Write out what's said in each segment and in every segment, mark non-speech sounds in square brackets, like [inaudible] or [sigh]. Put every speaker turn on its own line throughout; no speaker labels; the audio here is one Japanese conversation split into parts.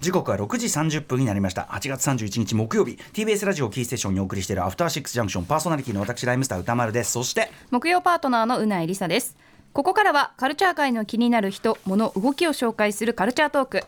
時刻は6時30分になりました8月31日木曜日 TBS ラジオキーステーションにお送りしているアフターシックスジャンクションパーソナリティの私ライムスター歌丸ですそして
木曜パートナーのうないりさですここからはカルチャー界の気になる人物動きを紹介するカルチャートーク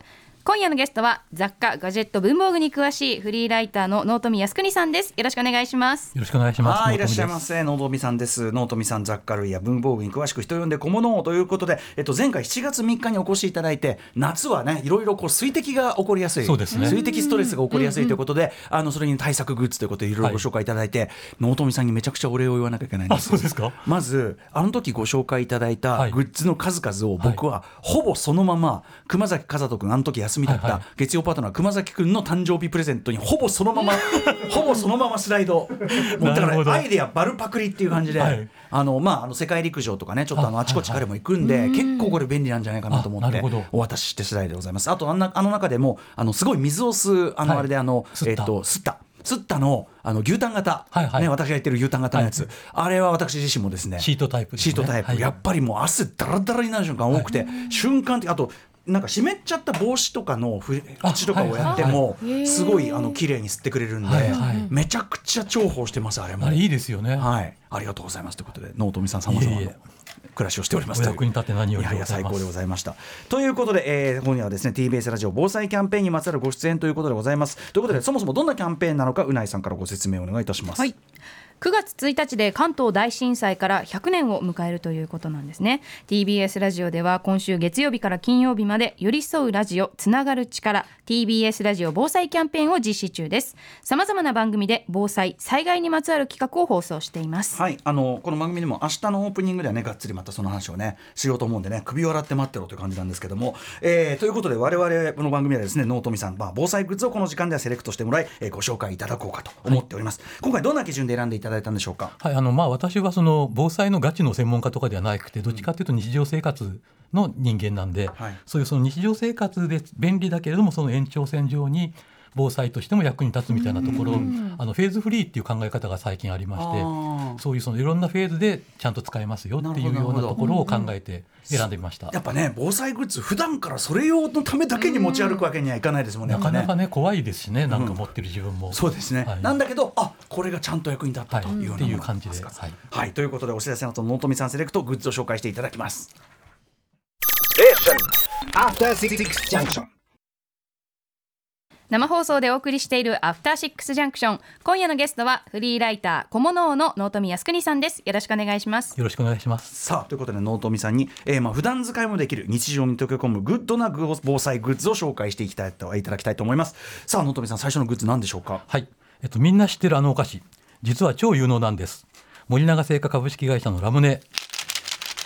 今夜のゲストは雑貨ガジェット文房具に詳しいフリーライターの納富靖邦さんですよろしくお願いします
よろしくお願いします。
はい、
納富
いらっしゃい
で。
ますせ。能富さんです。能富さん、雑貨類や文房具に詳しく人呼んで小物をということで、えっと、前回7月3日にお越しいただいて、夏はね、いろいろこう水滴が起こりやすい、
そうですね
水滴ストレスが起こりやすいということで、あのそれに対策グッズということで、いろいろご紹介いただいて、能、富さんにめちゃくちゃお礼を言わなきゃいけないんで
あ、
す。
そうですか。
まずあの時ご紹介いただい
は
た
い
グッズの数々を僕はほぼそのまま熊崎和人君あの時休みだっ
はいは
た
い
月曜パートナー熊崎君の誕生日プレゼントにほぼその
[laughs]
ままほぼそのままスライドもうだか
なるほど
らアイデアバルパクリっていう感じで、
はい
あのまああの世界陸上とかねちょっとあの
あ
あちこち彼も行くんで、結構これ便利なんじゃないかなと思っ
あな
て
るほど
お渡しして次第でございますあとあんなあの中でもあのすごい水を吸うあの
はい
あれであの、
吸
え
っ
ったと吸った吸ったのあの牛タン型、
はいはい
ね私が言ってる牛タン型のやつ、
はい
あれは私自身もですね
シートタイプです
シ
ね
ートタイプ、
はい
やっぱりもう汗だらだらになる瞬間多くて、瞬間的あとなんか湿っちゃった帽子とかのふ
あ
縁とかをやっても
はいはい
すごいあの綺麗に吸ってくれるんで、
はいはい
めちゃくちゃ重宝してますあれも
あれいいですよね。
はい、ありがとうございますということで納富さん様々
いえい
の
え
暮らしをしております
お
という
役に立て何より
や
で
い
ご
や
ざ
最
います
高でございましたということで、えー、今夜はですね TBS ラジオ防災キャンペーンにまつわるご出演ということでございますということでそもそもどんなキャンペーンなのかうないさんからご説明をお願いいたします、
はい9月1日で関東大震災から100年を迎えるということなんですね TBS ラジオでは今週月曜日から金曜日まで寄り添うラジオつながる力 TBS ラジオ防災キャンペーンを実施中ですさまざまな番組で防災災害にまつわる企画を放送しています
はい、あのこの番組でも明日のオープニングではねがっつりまたその話をねしようと思うんでね首を洗って待ってろという感じなんですけども、えーということで我々この番組はですね納富さん、まあ、防災グッズをこの時間ではセレクトしてもらい、えーご紹介いただこうかと思っております、今回どんな基準で選んでいただいたんでしょうか
はい、あのまあ私はその防災のガチの専門家とかではなくてどっちかというと日常生活の人間なんで、
はい
そういうその日常生活で便利だけれどもその延長線上に防災としても役に立つみたいなところあのフェーズフリーっていう考え方が最近ありまして
あー
そういうそのいろんなフェーズでちゃんと使えますよっていう
なる
よ
ほ
う
ど
なところを考えて選んでみました
や。っぱね防災グッズ普段からそれ用のためだけに持ち歩くわけにはいかないですもんね
なかなか
ね
ね怖いですしねなんか持ってる自分も。
そうですね、
はい
なんだけどあこれがちゃんと役に立ったというようなもの
はいっていう感じで
数々
はい
はい、ということでお知らせの後納富さんセレクトグッズを紹介していただきます
After Six Junction.
生放送でお送りしているアフターシックスジャンクション今夜のゲストはフリーライター小物王の納富靖邦さんですよろしくお願いします
よろしくお願いします。
さあということで納富さんに、えー、まあ普段使いもできる日常に溶け込むグッドなグ防災グッズを紹介していきたいといただきたいと思いますさあ納富さん最初のグッズ何でしょうか
はい、えっと、みんな知ってるあのお菓子実は超有能なんです森永製菓株式会社のラムネ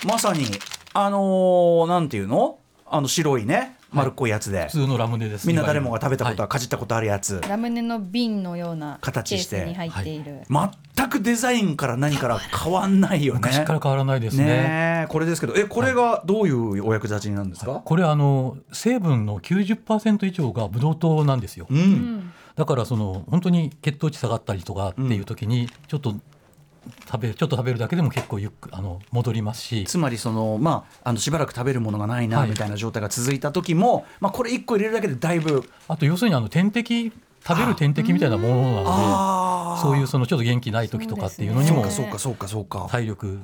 まさにあのーなんていうのあの白いね丸っこいやつで、
普通のラムネです
みんな誰もが食べたことは、
は
かじったことあるやつ
ラムネの瓶のような
形してケースに入
ってい
る
全くデザインから何から変わんないよね
い昔から変わらないですね
ねえこれですけどえこれがどういうお役立ちになるんですか、
これあの成分の90%以上がブドウ糖なんですよ、
うん
だからその本当に血糖値下がったりとかっていう時にちょっと食べちょっと食べるだけでも結構ゆっくあの戻りますし
つまりその、まあ、あのしばらく食べるものがないな
はい
みたいな状態が続いた時も、まあ、これ1個入れるだけでだいぶ
あと要するにあの点滴食べる点滴みたいなものなの
あー
でそういうそのちょっと元気ない時とかっていうのに
そう
も
かそうかそうかそうか、
体力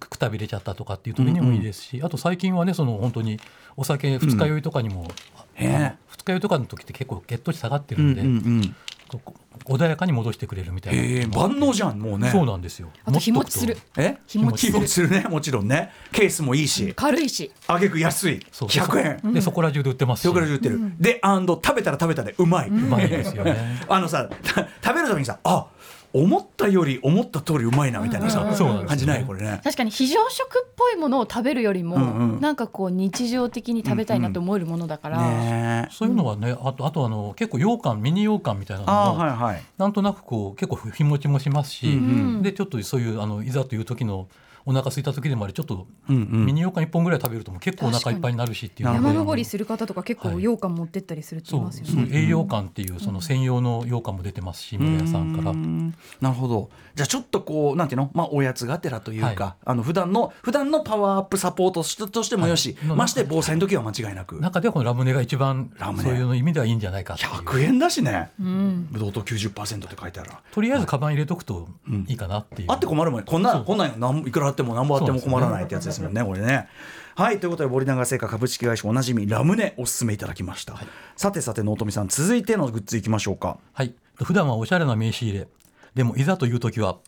くたびれちゃったとかっていう時にもいいですし、あと最近はねその本当にお酒二日酔いとかに
う
も、
ん
あの
へえ
二日酔いとかの時って結構血糖値下がって
う
る
んうんん
で、
うん
ここ穏やかに戻してくれるみたいな、
えー、万能じゃんもうね
そうなんですよ
あと日持ちする
持っとく
え
日持ちする
日するねもちろんねケースもいいし
軽いし
あげく安い
そう
100円
とでそこら中で売ってますし
そこから言ってる、でアンド食べたら食べたでうまい、
まいですよね
[laughs] あのさた食べるためにさあ思ったより思った通りうまいなみたいなさ、
うんそうなんですよね
感じないこれね
確かに非常食っぽいものを食べるよりも、
うんうん
なんかこう日常的に食べたいなと思えるものだから、
ねえ
そういうのはねあとあとあの結構羊羹ミニ羊羹みたいな
ああ
のも、
はいはい
なんとなくこう結構日持ちもしますし、
うん
うん
でちょっとそういうあのいざという時のお腹空いた時でもあれちょっと
うん
ミニようかん1本ぐらい食べるともう結構お腹いっぱいになるしっていう
確か
の
に
山
で
登りする方とか結構
はい
羊羹持ってったりするって言い
そ
ま
う
す
そ
よ
う
ね。
栄養感っていうその専用の羊羹も出てますし村屋さんから
うーんなるほどじゃあちょっとこうなんていうの、まあ、おやつがてらというか、
はい
あの普段の普段のパワーアップサポートしとしてもよし、
はい
まして防災の時は間違いなく
中ではこのラムネが一番
ラムネ
そういうの意味ではいいんじゃないかっていう
100円だしね
うん、
ブドウ糖90%って書いてある
とりあえずカバン入れとくといいかなっていう、
あって困るもんねこんなこんなんなんいくらあっても何ぼあっても困らないってやつですもんねこれね。はいということで森永製菓株式会社おなじみラムネおすすめいただきました、さてさて納富さん続いてのグッズいきましょうか
はい、普段はおしゃれな名刺入れでもいざという時は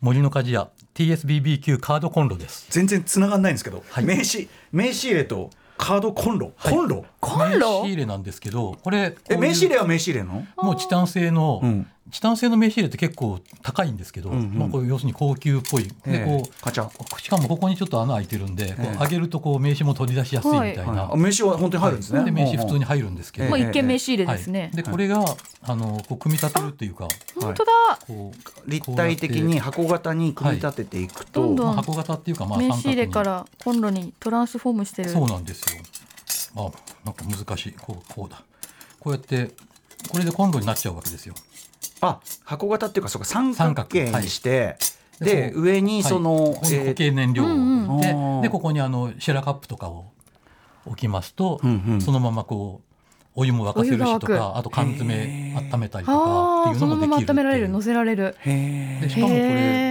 森の鍛冶屋 TSBBQ カードコンロです
全然つながんないんですけど、
はい
名刺名刺入れとカードコンロ、
い
コンロ
コン
名
ロ
刺入れなんですけどこれ
え
こういう
名刺入れは名刺入れなの
もうチタン製の、
うん
チタン製の名刺入れって結構高いんですけど、
んうん
まあ、これ要するに高級っぽいでこう
カチャン
しかもここにちょっと穴開いてるんで、こ
ええ
う上げるとこう名刺も取り出しやすいみたいな、
はいあ名刺は本当に入るんですね、
で名刺普通に
に
入るんですけど、
ええ
まあ
ええ
一見名刺入れですね。
はい、でこれが、あのこう組み立てるっていうか
本当だ。
こう
立体的に箱型に組み立てていくと、
はいどん
こ
ど
うや
ん
って箱型っていうかまあ
名刺入れ
三
からコ
角に
ンロにトランスフォームしてる。
そうなんですよ。あ、なんか難しい。こう、こうだ。こうやって、これでコンロになっちゃうわけですよ。
あ箱型っていうかそうか三角形
三角はい
にして、で
こう
上にその、
はいここに
えー
固形燃料を
うん
うん
置い
あ
て、
ー
で、ここにあの、シェラカップとかを置きますと、
うんうん
そのままこう、お湯も沸かせる
お湯
し
が沸
と
く
か、あと缶詰
へー
温めたりとかって
あ
い
あ、
う
そ
の
の
もで
まま
きるって
温められ
い
る、乗
う。
せられる。
へ
で
ー
しかもこ
へ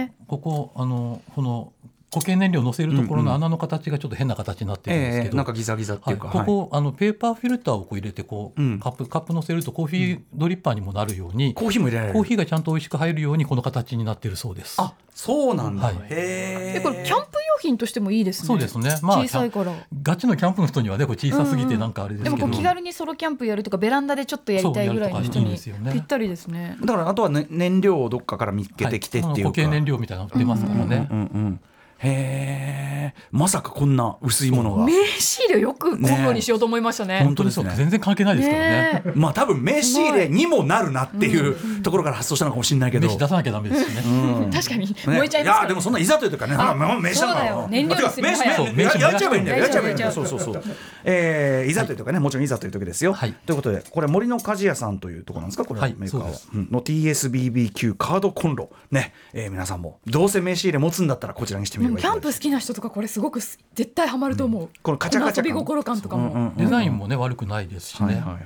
れここあのこの固形燃料を乗せるところの穴の形がちょっと変な形になってるんですけ
えー
ど、
なんかギザギザって
はいい、
うか、
ここ、あのペーパーフィルターをこう入れてこう、
うん
カップカップのせるとコーヒードリッパーにもなるように、
コーヒーも入れられる
コーヒーがちゃんと美味しく入るようにこの形になってるそうです。
あそうなんだ、
はい
へ
え、これキャンプ用品としてもいいですね。
そうですね。まあ
小さいから。
ガチのキャンプの人にはねこれ小さす
う
ぎ
んう
て
ん
なんかあれです
で
けど、
もこう気軽にソロキャンプやるとかベランダでちょっとやりたいぐらいの人
そうやるとかいい
に
ですよね
ぴったりですね。
だからあとは、ね、燃料をどっかから見つけてきてっていうか、
はいあの固形燃料みたいなの出ますからね。
うんうんへえまさかこんな薄いものが
名刺入れよくコンロにしようと思いましたね。
ね本当です
そう全然関係ないですけどね
ね。え
まあ多分名刺入れにもなるなっていうところから発想したのかもしれないけど
飯出さなきゃダメですしね。
うん
確かに
ね
燃えちゃいます
や
から
でもそんないざというとかね、
あ
まあ、名刺だから
そうだよ燃料にする
あてか名
そう
刺
名刺
ややっちゃえばいいんだよ、やっ
焼い
ち
ち
ゃえ
ゃえ
ばい
ばい
い
い
んだ
んだ
よ、
よ
そうそうそう。えーいざというとかね、もちろんいざという時ですよ。
はい
ということで、これ森の鍛冶屋さんというところなんですか、これ、
はい
メーカー
そう
は
です
うんの TSBBQ カードコンロね、えー皆さんもどうせ名刺入れ持つんだったらこちらにしてみれ
で
ば
も
いい
キャンプ好きな人とかこれすごくす絶対ハマると思う。
このカチャカチャ
この遊び
感
心感とか
うんうん
も。
うん
デザインもね悪くないですし
はい
ね。
はいはい。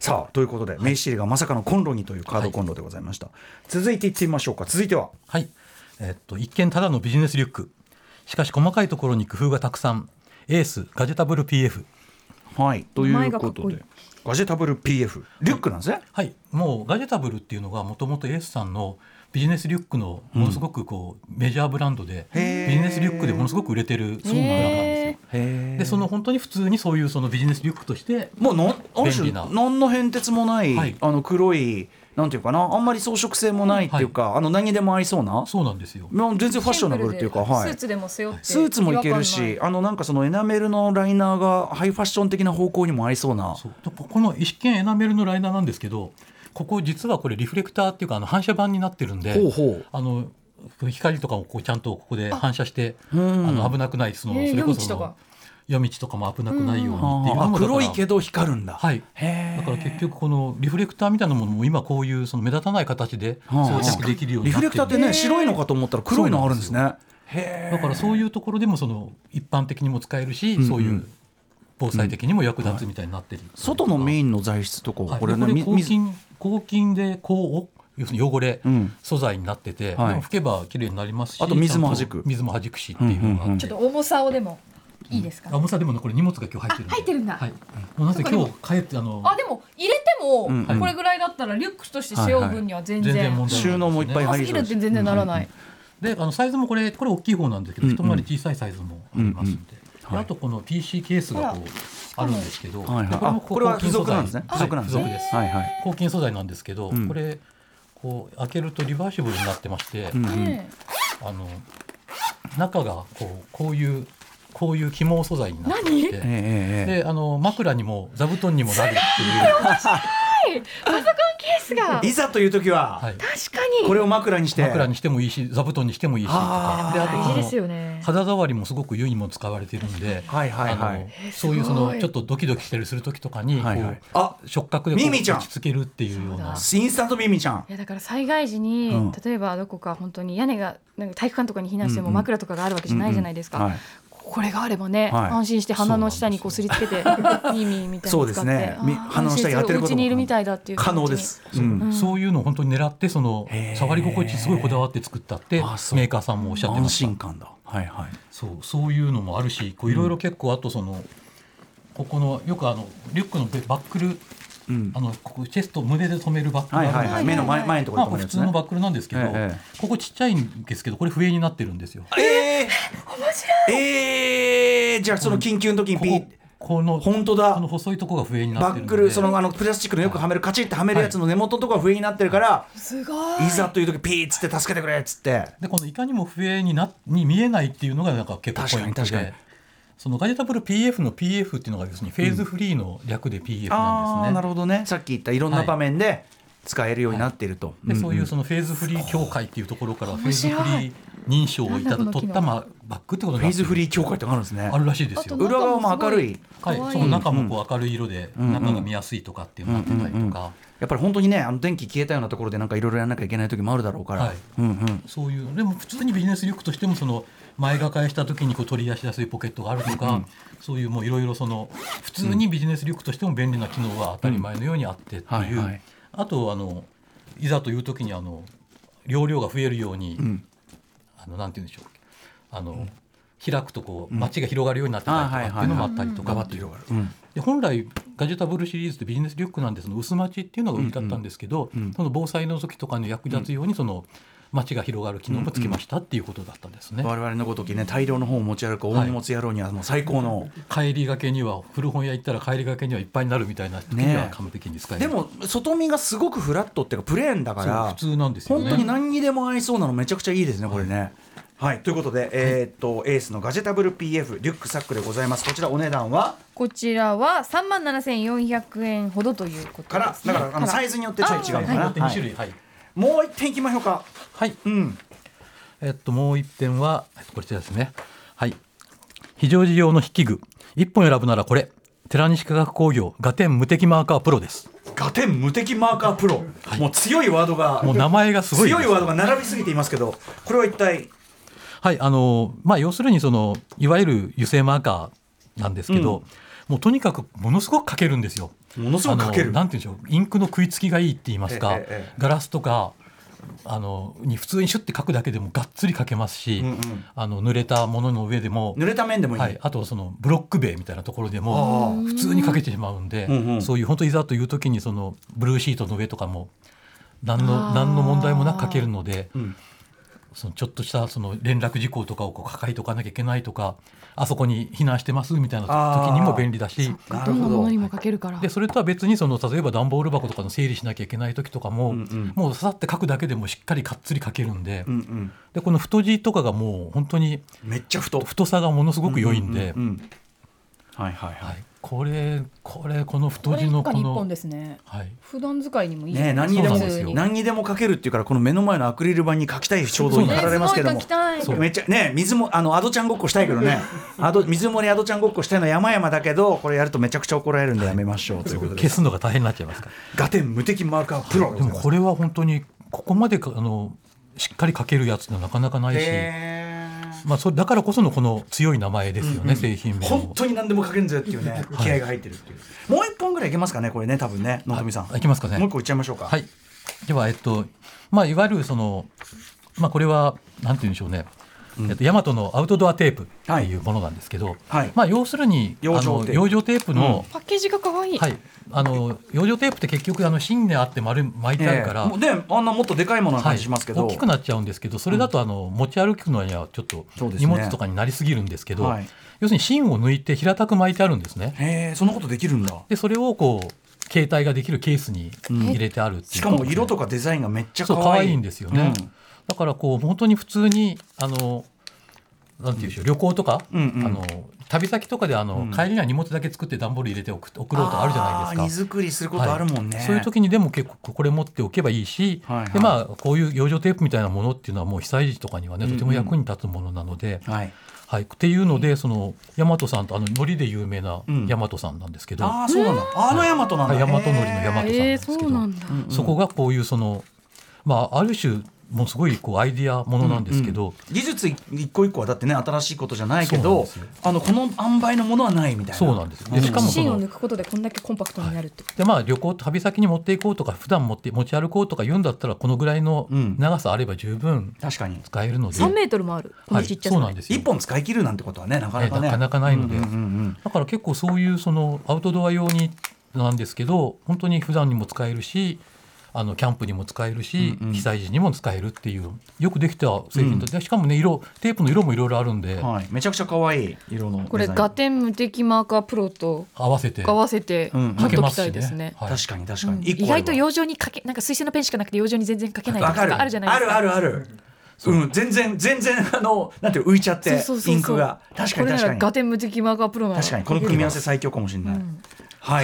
さあということで、名刺入れがまさかのコンロにというカードコンロでございました、続いていってみましょうか続いては
はい、えっと一見ただのビジネスリュックしかし細かいところに工夫がたくさんエースガジェタブル PF
はいとい
前
う
がか
こ
っ
と
こいい
でガジェタブル PF リュックなんですね、
はいもうガジェタブルっていうのがもともとエースさんのビジネスリュックのものすごくこう、メジャーブランドでビジ
へー
ネスリュックでものすごく売れてるそうなブランドなんですよ。
へ
でその本当に普通にそういうそのビジネスリュックとして
もうのある
便
種
利な
何の変哲もない、
はい
あの黒いなんていうかなあんまり装飾性もないっていうか、あの何にでも合いそうな
そうなんですよ。
まあ全然ファッショナブルっていうかは
シンプ
い
ルでスーツでも背負って。
スーツもいける
違和感
し
ない。
あのなんかそのエナメルのライナーがハイファッション的な方向にも合いそうな
そうとここの一見エナメルのライナーなんですけどここ実はこれリフレクターっていうかあの反射板になってるんで
ほうほう
あの光とかをこうちゃんとここで反射してあ
うん
の危なくないその
えー
それこそ
夜道とか
夜道とかも危なくないようにっていうの
あ
も
あ
だから
黒いけど光るんだ、
はい
へえ
だから結局このリフレクターみたいなものも今こういうその目立たない形で
はあ
装着できるように
リ
な
フレ
ってる
クターってね白いのかと思ったら黒いのあるんです
そ
ねへ
だからそういうところでもその一般的にも使えるし、
んうん
そういう防災的にも役立つみたいになってる、
外のメ
ン
インの材質とか
はい
こ
こ
れ
れ
ねみ
抗
水
菌抗菌で抗汚要するに汚れ
うん
素材になってて、
はい
でも拭けば綺麗になりますし
あと水も弾く
ちゃんと水も弾くしっていうのがあって、
うんうんうん
ちょっと重さをでもいいですか。
重さでもねこれ荷物が今日入ってるんで
あ入ってるんだ
はい、もうなぜ今日帰ってあの
あでも入れて
うん
もこれぐらいだったらリュックとして背負う分には全
全然
然。
問題ないですね
収納もいっぱい
重すぎるって全然ならない。
であのサイズもこれこれ大きい方なんですけど、
うんうん
一回り小さいサイズもありますんで、
うんはい
あとこの PC ケースがこうあるんですけど、
はいはい
で
あこれは付属なんですね
は
付
い
属なんですね
付属です
はいはい
抗菌素材なんですけど、
うん
これこう開けるとリバーシブルになってまして、
うんうん
ね
あの中がこうこういうこういう肝素材になってい
ええ
て。
ええええ
であの枕にも座布団にもなるっていう
パソコンケース
ますが
いざという時は、
はい、
確かに
これを枕にして
枕にしてもいいし座布団にしてもいいしと
あ
か
ー
であと
大事
その
ですよね
肌触りもすごく湯にも使われているので、
はいはいはい
あのそういうそ
すご
の
い
ちょっとドキドキしたりする時とかにこう、
はいはいあ
触覚でこ
ミ
う
ミ
落
ちゃん
ち着けるっていうような。
インスタントミミちゃん
いやだから災害時に、
うん
例えばどこか本当に屋根がなんか体育館とかに避難して
うんう
も
ん
枕とかがあるわけじゃないじゃないですか、
うんうんはい
これがあればね、
はい
安心して鼻の下にこうすりつけてミーミーみたい
そ
に
うで
使
す
って、
ね
あー
み鼻の下やってることも
安心すお家にいるみたいだっていう気持ち
可
に
能です、う、
うんんそういうのを本当に狙ってその
へー
触り心地すごいこだわって作ったってメ
あそう
ーカーさんもおっしゃってま
安
した
心感だはいはい
そうそういうのもあるしこういろいろ結構あとそのここのよくあのリュックのベバックル
うん
あのここチェスト胸で留めるバックル
はい
があ
はい
るんで
はい目の前前のとこ
ま
ろに止
あ、こ
め
れ
るや
普
つ
通
ね
のバックルなんですけど、
ええ
ここちっちゃいんですけどこれ笛になってるんですよ。こ
ええええじゃあその緊急の時にピ
こ
ッ
この
本当だ
この細いとこが笛になっ
バ
て
ッ
るの
ク
で
ルそのあのプラスチックのよくはめるカチッてはめるやつの根元のとこが笛になってるから、
すご
い、ざという時ピーッつって助けてくれっつって
でこのいかにも笛になに見えないっていうのがなんか結構ポイント
確かに確かに
で。そのガジェタブル PF の PF っていうのが要するにフェーズフリーの略で PF
あ
な
あ
ん
ー
です
な
ね。
るほどねさっき言ったいろんな場面で使えるようになっていると、
でそうい
ん
うそのフェーズフリー協会っていうところからフェーズフリー認証をいただ取ったまあバックってこと
フェーズフリー
ー
協会ってのがあるんですね
あるらしいですよ。
裏側も明るい
はい、その中もこう明るい色で中が見やすいとかっていうのになってたりとか、
やっぱり本当にねあの電気消えたようなところでなんかいろいろやらなきゃいけない時もあるだろうから、
はい
うんうん
そういうでも普通にビジネスリュックとしてもその前がかえした時にこう取り出しやすいポケットがあるとか、そういうもういろいろその普通にビジネスリュックとしても便利な機能は当たり前のようにあってって
はい
いう、
はい
あとあのいざという時にあの容量が増えるように、あのなんて言うんでしょうあの、開くとこう街が広がるようになってたりとかっていうのもあったりとか
ガバッ
っ
と
ていう
広がる、うん
で本来ガジェタブルシリーズってビジネスリュックなんでその薄町っていうのが売りだったんですけど、その防災の時とかに役立つようにその町が広がる機能もつけましたっていうことだったんですね。
我々のごときね大量の本を持ち歩く大荷物野郎にはもう最高の、
帰りがけには古本屋行ったら帰りがけにはいっぱいになるみたいな時には完璧に使える、
でも外見がすごくフラットっていうかプレーンだか
そう
ら
普通なんですよね。
本当に何にでも合いそうなのめちゃくちゃいいですねこれね。はいということで、えーっとエースのガジェタブル PF リュックサックでございますこちらお値段は
こちらは三万七千四百円ほどということ
か
で
ら
す
だ
ね。
からあのサイズによってちょい違うのかな、
2種類はい、
はいもう一点いきましょうか
はい
うん
えっと、もう一点は、えっとこちらですね。はい。非常時用の筆記具。一本選ぶならこれ。寺西科学工業、ガテン無敵マーカープロです。
ガテン無敵マーカープロ、もう強いワードが
もう名前がすごいです。
強いワードが並びすぎていますけどこれは一体
はい、あの、まあ、要するに、その、いわゆる油性マーカーなんですけど、もうとにかくものすごく書けるんですよ。
ものすごく書ける
あのなんていうんでしょう、インクの食いつきがいいって言いますか、
ええええ
ガラスとか。あのに普通にシュッて書くだけでもがっつり書けますし、
うんうん
あの濡れたものの上でも
濡れた面でもいい、
はい、あとそのブロック塀みたいなところでも
あ
普通にかけてしまうんで、
うんうん
そういう本当いざという時にそのブルーシートの上とかも何の何の問題もなくかけるので、
ん
そのちょっとしたその連絡事項とかをこう抱えておかなきゃいけないとかあそこに避難してますみたいな
あー
時にも便利だし。
な
ど
る
んな
ほ
も
ど
のにもかけるから
でそれとは別にその例えば段ボール箱とかの整理しなきゃいけない時とかも、
うん
もうささって書くだけでもしっかりかっつり書けるんで,、
うんうん
でこの太字とかがもう本当に
めっちゃ太
太さがものすごく良いんで、
うんうんはいはいはい、
はい、これこれこの
こ
太
れ
字
一
の
家
こ
に一本
の
ですね。
はい
普段使いにもいい。
ねえ何にでも
そうなんですよ
何にでも書けるっていうからこの目の前のアクリル板に書きたい衝動に駆られますけども
すごい書きたい
そう
めっちゃね水もあのアドちゃんごっこしたいけどねアド水森アドちゃんごっこしたいのは山々だけどこれやるとめちゃくちゃ怒られるんでやめましょうということで
消すのが大変になっちゃいますか
ガテン無敵マーカープロ
らでもこれは本当にここまでかあのしっかり書けるやつってなかなかないし、
へー
まあ、それだからこそのこの強い名前ですよね、製品名
本
も。
当に何でも書けるんだよっていうね、気合が入ってるっていう。もう一本ぐらいいけますかね、これね、多分ね、のぞみさん。
あいきますかね
もう一個いっちゃいましょうか。
はい、では、えっとまあ、いわゆるその、まあ、これはなんて言うんでしょうね、えっと、ヤマトのアウトドアテープっていうものなんですけど、
はい
まあ、要するに
養
あ
生
の
テープ
養生テープの、
パッケージが可愛い、
はい、あの養生テープって結局あの芯であって丸巻いてあるから、
ええで、あんなもっとでかいものな
は
感
い
じしますけど。
大きくなっちゃうんですけどそれだとあの、持ち歩くのにはちょっと
そうですね
荷物とかになりすぎるんですけど
はい
要するに芯を抜いて平たく巻いてあるんですね
へえ、そんなことできるんだ。
でそれをこう携帯ができるケースに入れてあるっていう
しかも色と
か
かデザインがめっちゃ
そう
可
可
愛い
愛いんですよね、
うん
だからこう本当に普通にあのなんていうんでしょう旅行とか、
うんうん
あの旅先とかであの、帰りには荷物だけ作って段ボール入れて送送ろうとかあるじゃないですか
あー荷。造りすることあるもんね。
はいそういう時にでも結構これ持っておけばいいし、
はいはい
でまあ、こういう養生テープみたいなものっていうのはもう被災時とかにはねとても役に立つものなので、
はい。
はい、っていうのでその大和さんとあの海苔で有名な
うん
大和さんなんですけど、
ああそうなんだ。あのヤマトなんだ。
はい大和海苔の大和さんなん
えー、
ですけど、
そうなんだ。
うんうん
そこがこういうその、まあ、ある種もうすごいこうアイディアものなんですけど、
技術一個一個はだってね新しいことじゃないけど
そうなんで
あのこの塩梅のものはないみたいな
そうなんですよでしかもそ
芯を
の
抜くことでこんだけコンパクトになるってこと
でまあ、旅行旅先に持っていこうとか普段持って持ち歩こうとか言うんだったらこのぐらいの
うん
長さあれば十分
確かに
使えるので、
三メートルもある。こ
は
の
い、
ちっちゃ
そ
さ
う
で
なんですよ
一本使い切るなんてことはねなかなかね
えなかなかないので
うんうんうん
だから結構そういうそのアウトドア用になんですけど本当に普段にも使えるしあのキャンプにも使えるし、
うんうん
被災時にも使えるっていうよくできた製品と、でしかもね色テープの色もいろいろあるんで、
うんはいめちゃくちゃ可愛い色のデザイン
これガテン無敵マーカープロと
合わせて
合わせて
うんうん
貼っときたいですね。
はい
確かに確か
うん
に一個
意
あれば
外と養生にかけなんか水性のペンしかなくて養生に全然かけないと
わか
か
る
あるじゃないですか。
あるあるあるうん全然全然あのなんていうの浮いちゃって
そうそうそうそう
インクが確かに
これな
確
ら
か
ガ
に
テン無敵マーカープロなら
確かにこの組み合わせ最強かもしれない、は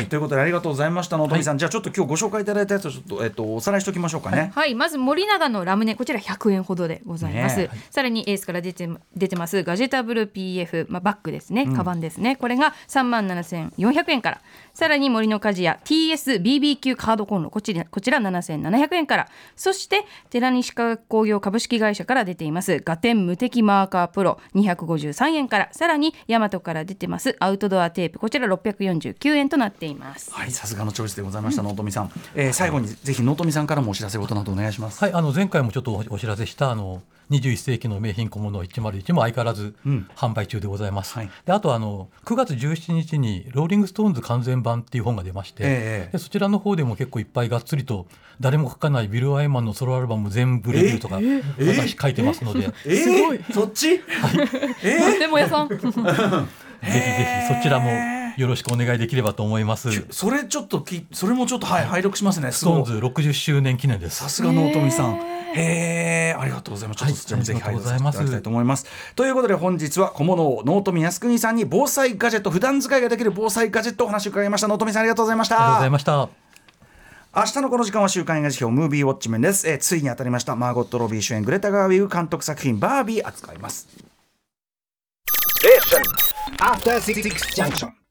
いということでありがとうございましたのどみさん、じゃあちょっと今日ご紹介いただいたやつをちょっと、えっと、おさらいしておきましょうかね、
はい、まず森永のラムネこちら100円ほどでございます、
ねえ
さらにエースから出て出てますガジェタブル PF、まあ、バッグですね、カバンですねこれが3万7400円からさらに森の鍛冶屋 TSBBQ カードコンロこちらこちら7700円からそして寺西化学工業株式会社から出ていますガテン無敵マーカープロ253円からさらにヤマトから出てますアウトドアテープこちら649円となっています
はい、さすがのチョイスでございました、納富さん。えー、最後にぜひ納富さんからもお知らせ事などお願いします。
はい、あの前回もちょっとおお知らせしたあの21世紀の名品小物101も相変わらず
うん
販売中でございます。
はい
であとあの9月17日に「ローリング・ストーンズ完全版」っていう本が出まして、
ええ
でそちらの方でも結構いっぱいがっつりと誰も書かないビル・アイマンのソロアルバム全部レビューとか私書いてますので、
えー、すごい。そっち？
でも屋さん
ぜひぜひそちらもよろしくお願いできればと思います。
きそ [laughs] れちょっとき、それもちょっとはい拝読しますね。
ス
す
トーン
ごい
ズ。60周年記念です
さ。すが納富さん。へえ、ありがとうございます。ちょっとそちらもぜひ
はい
拝
ありが
読
とう
さ
ご
せていた
ざいま
だき
す
たいと思います。ということで本日は小物を納富靖国さんに防災ガジェット普段使いができる防災ガジェットをお話を伺いました。納富さんありがとうございまし
ありがとうござ
た
い。ました。
明日のこの時間は週刊映画辞表ムービーウォッチメンです、えーついに当たりましたマーゴット・ロビー主演グレタ・ガーウィグ監督作品バービー扱います
After Six Junction.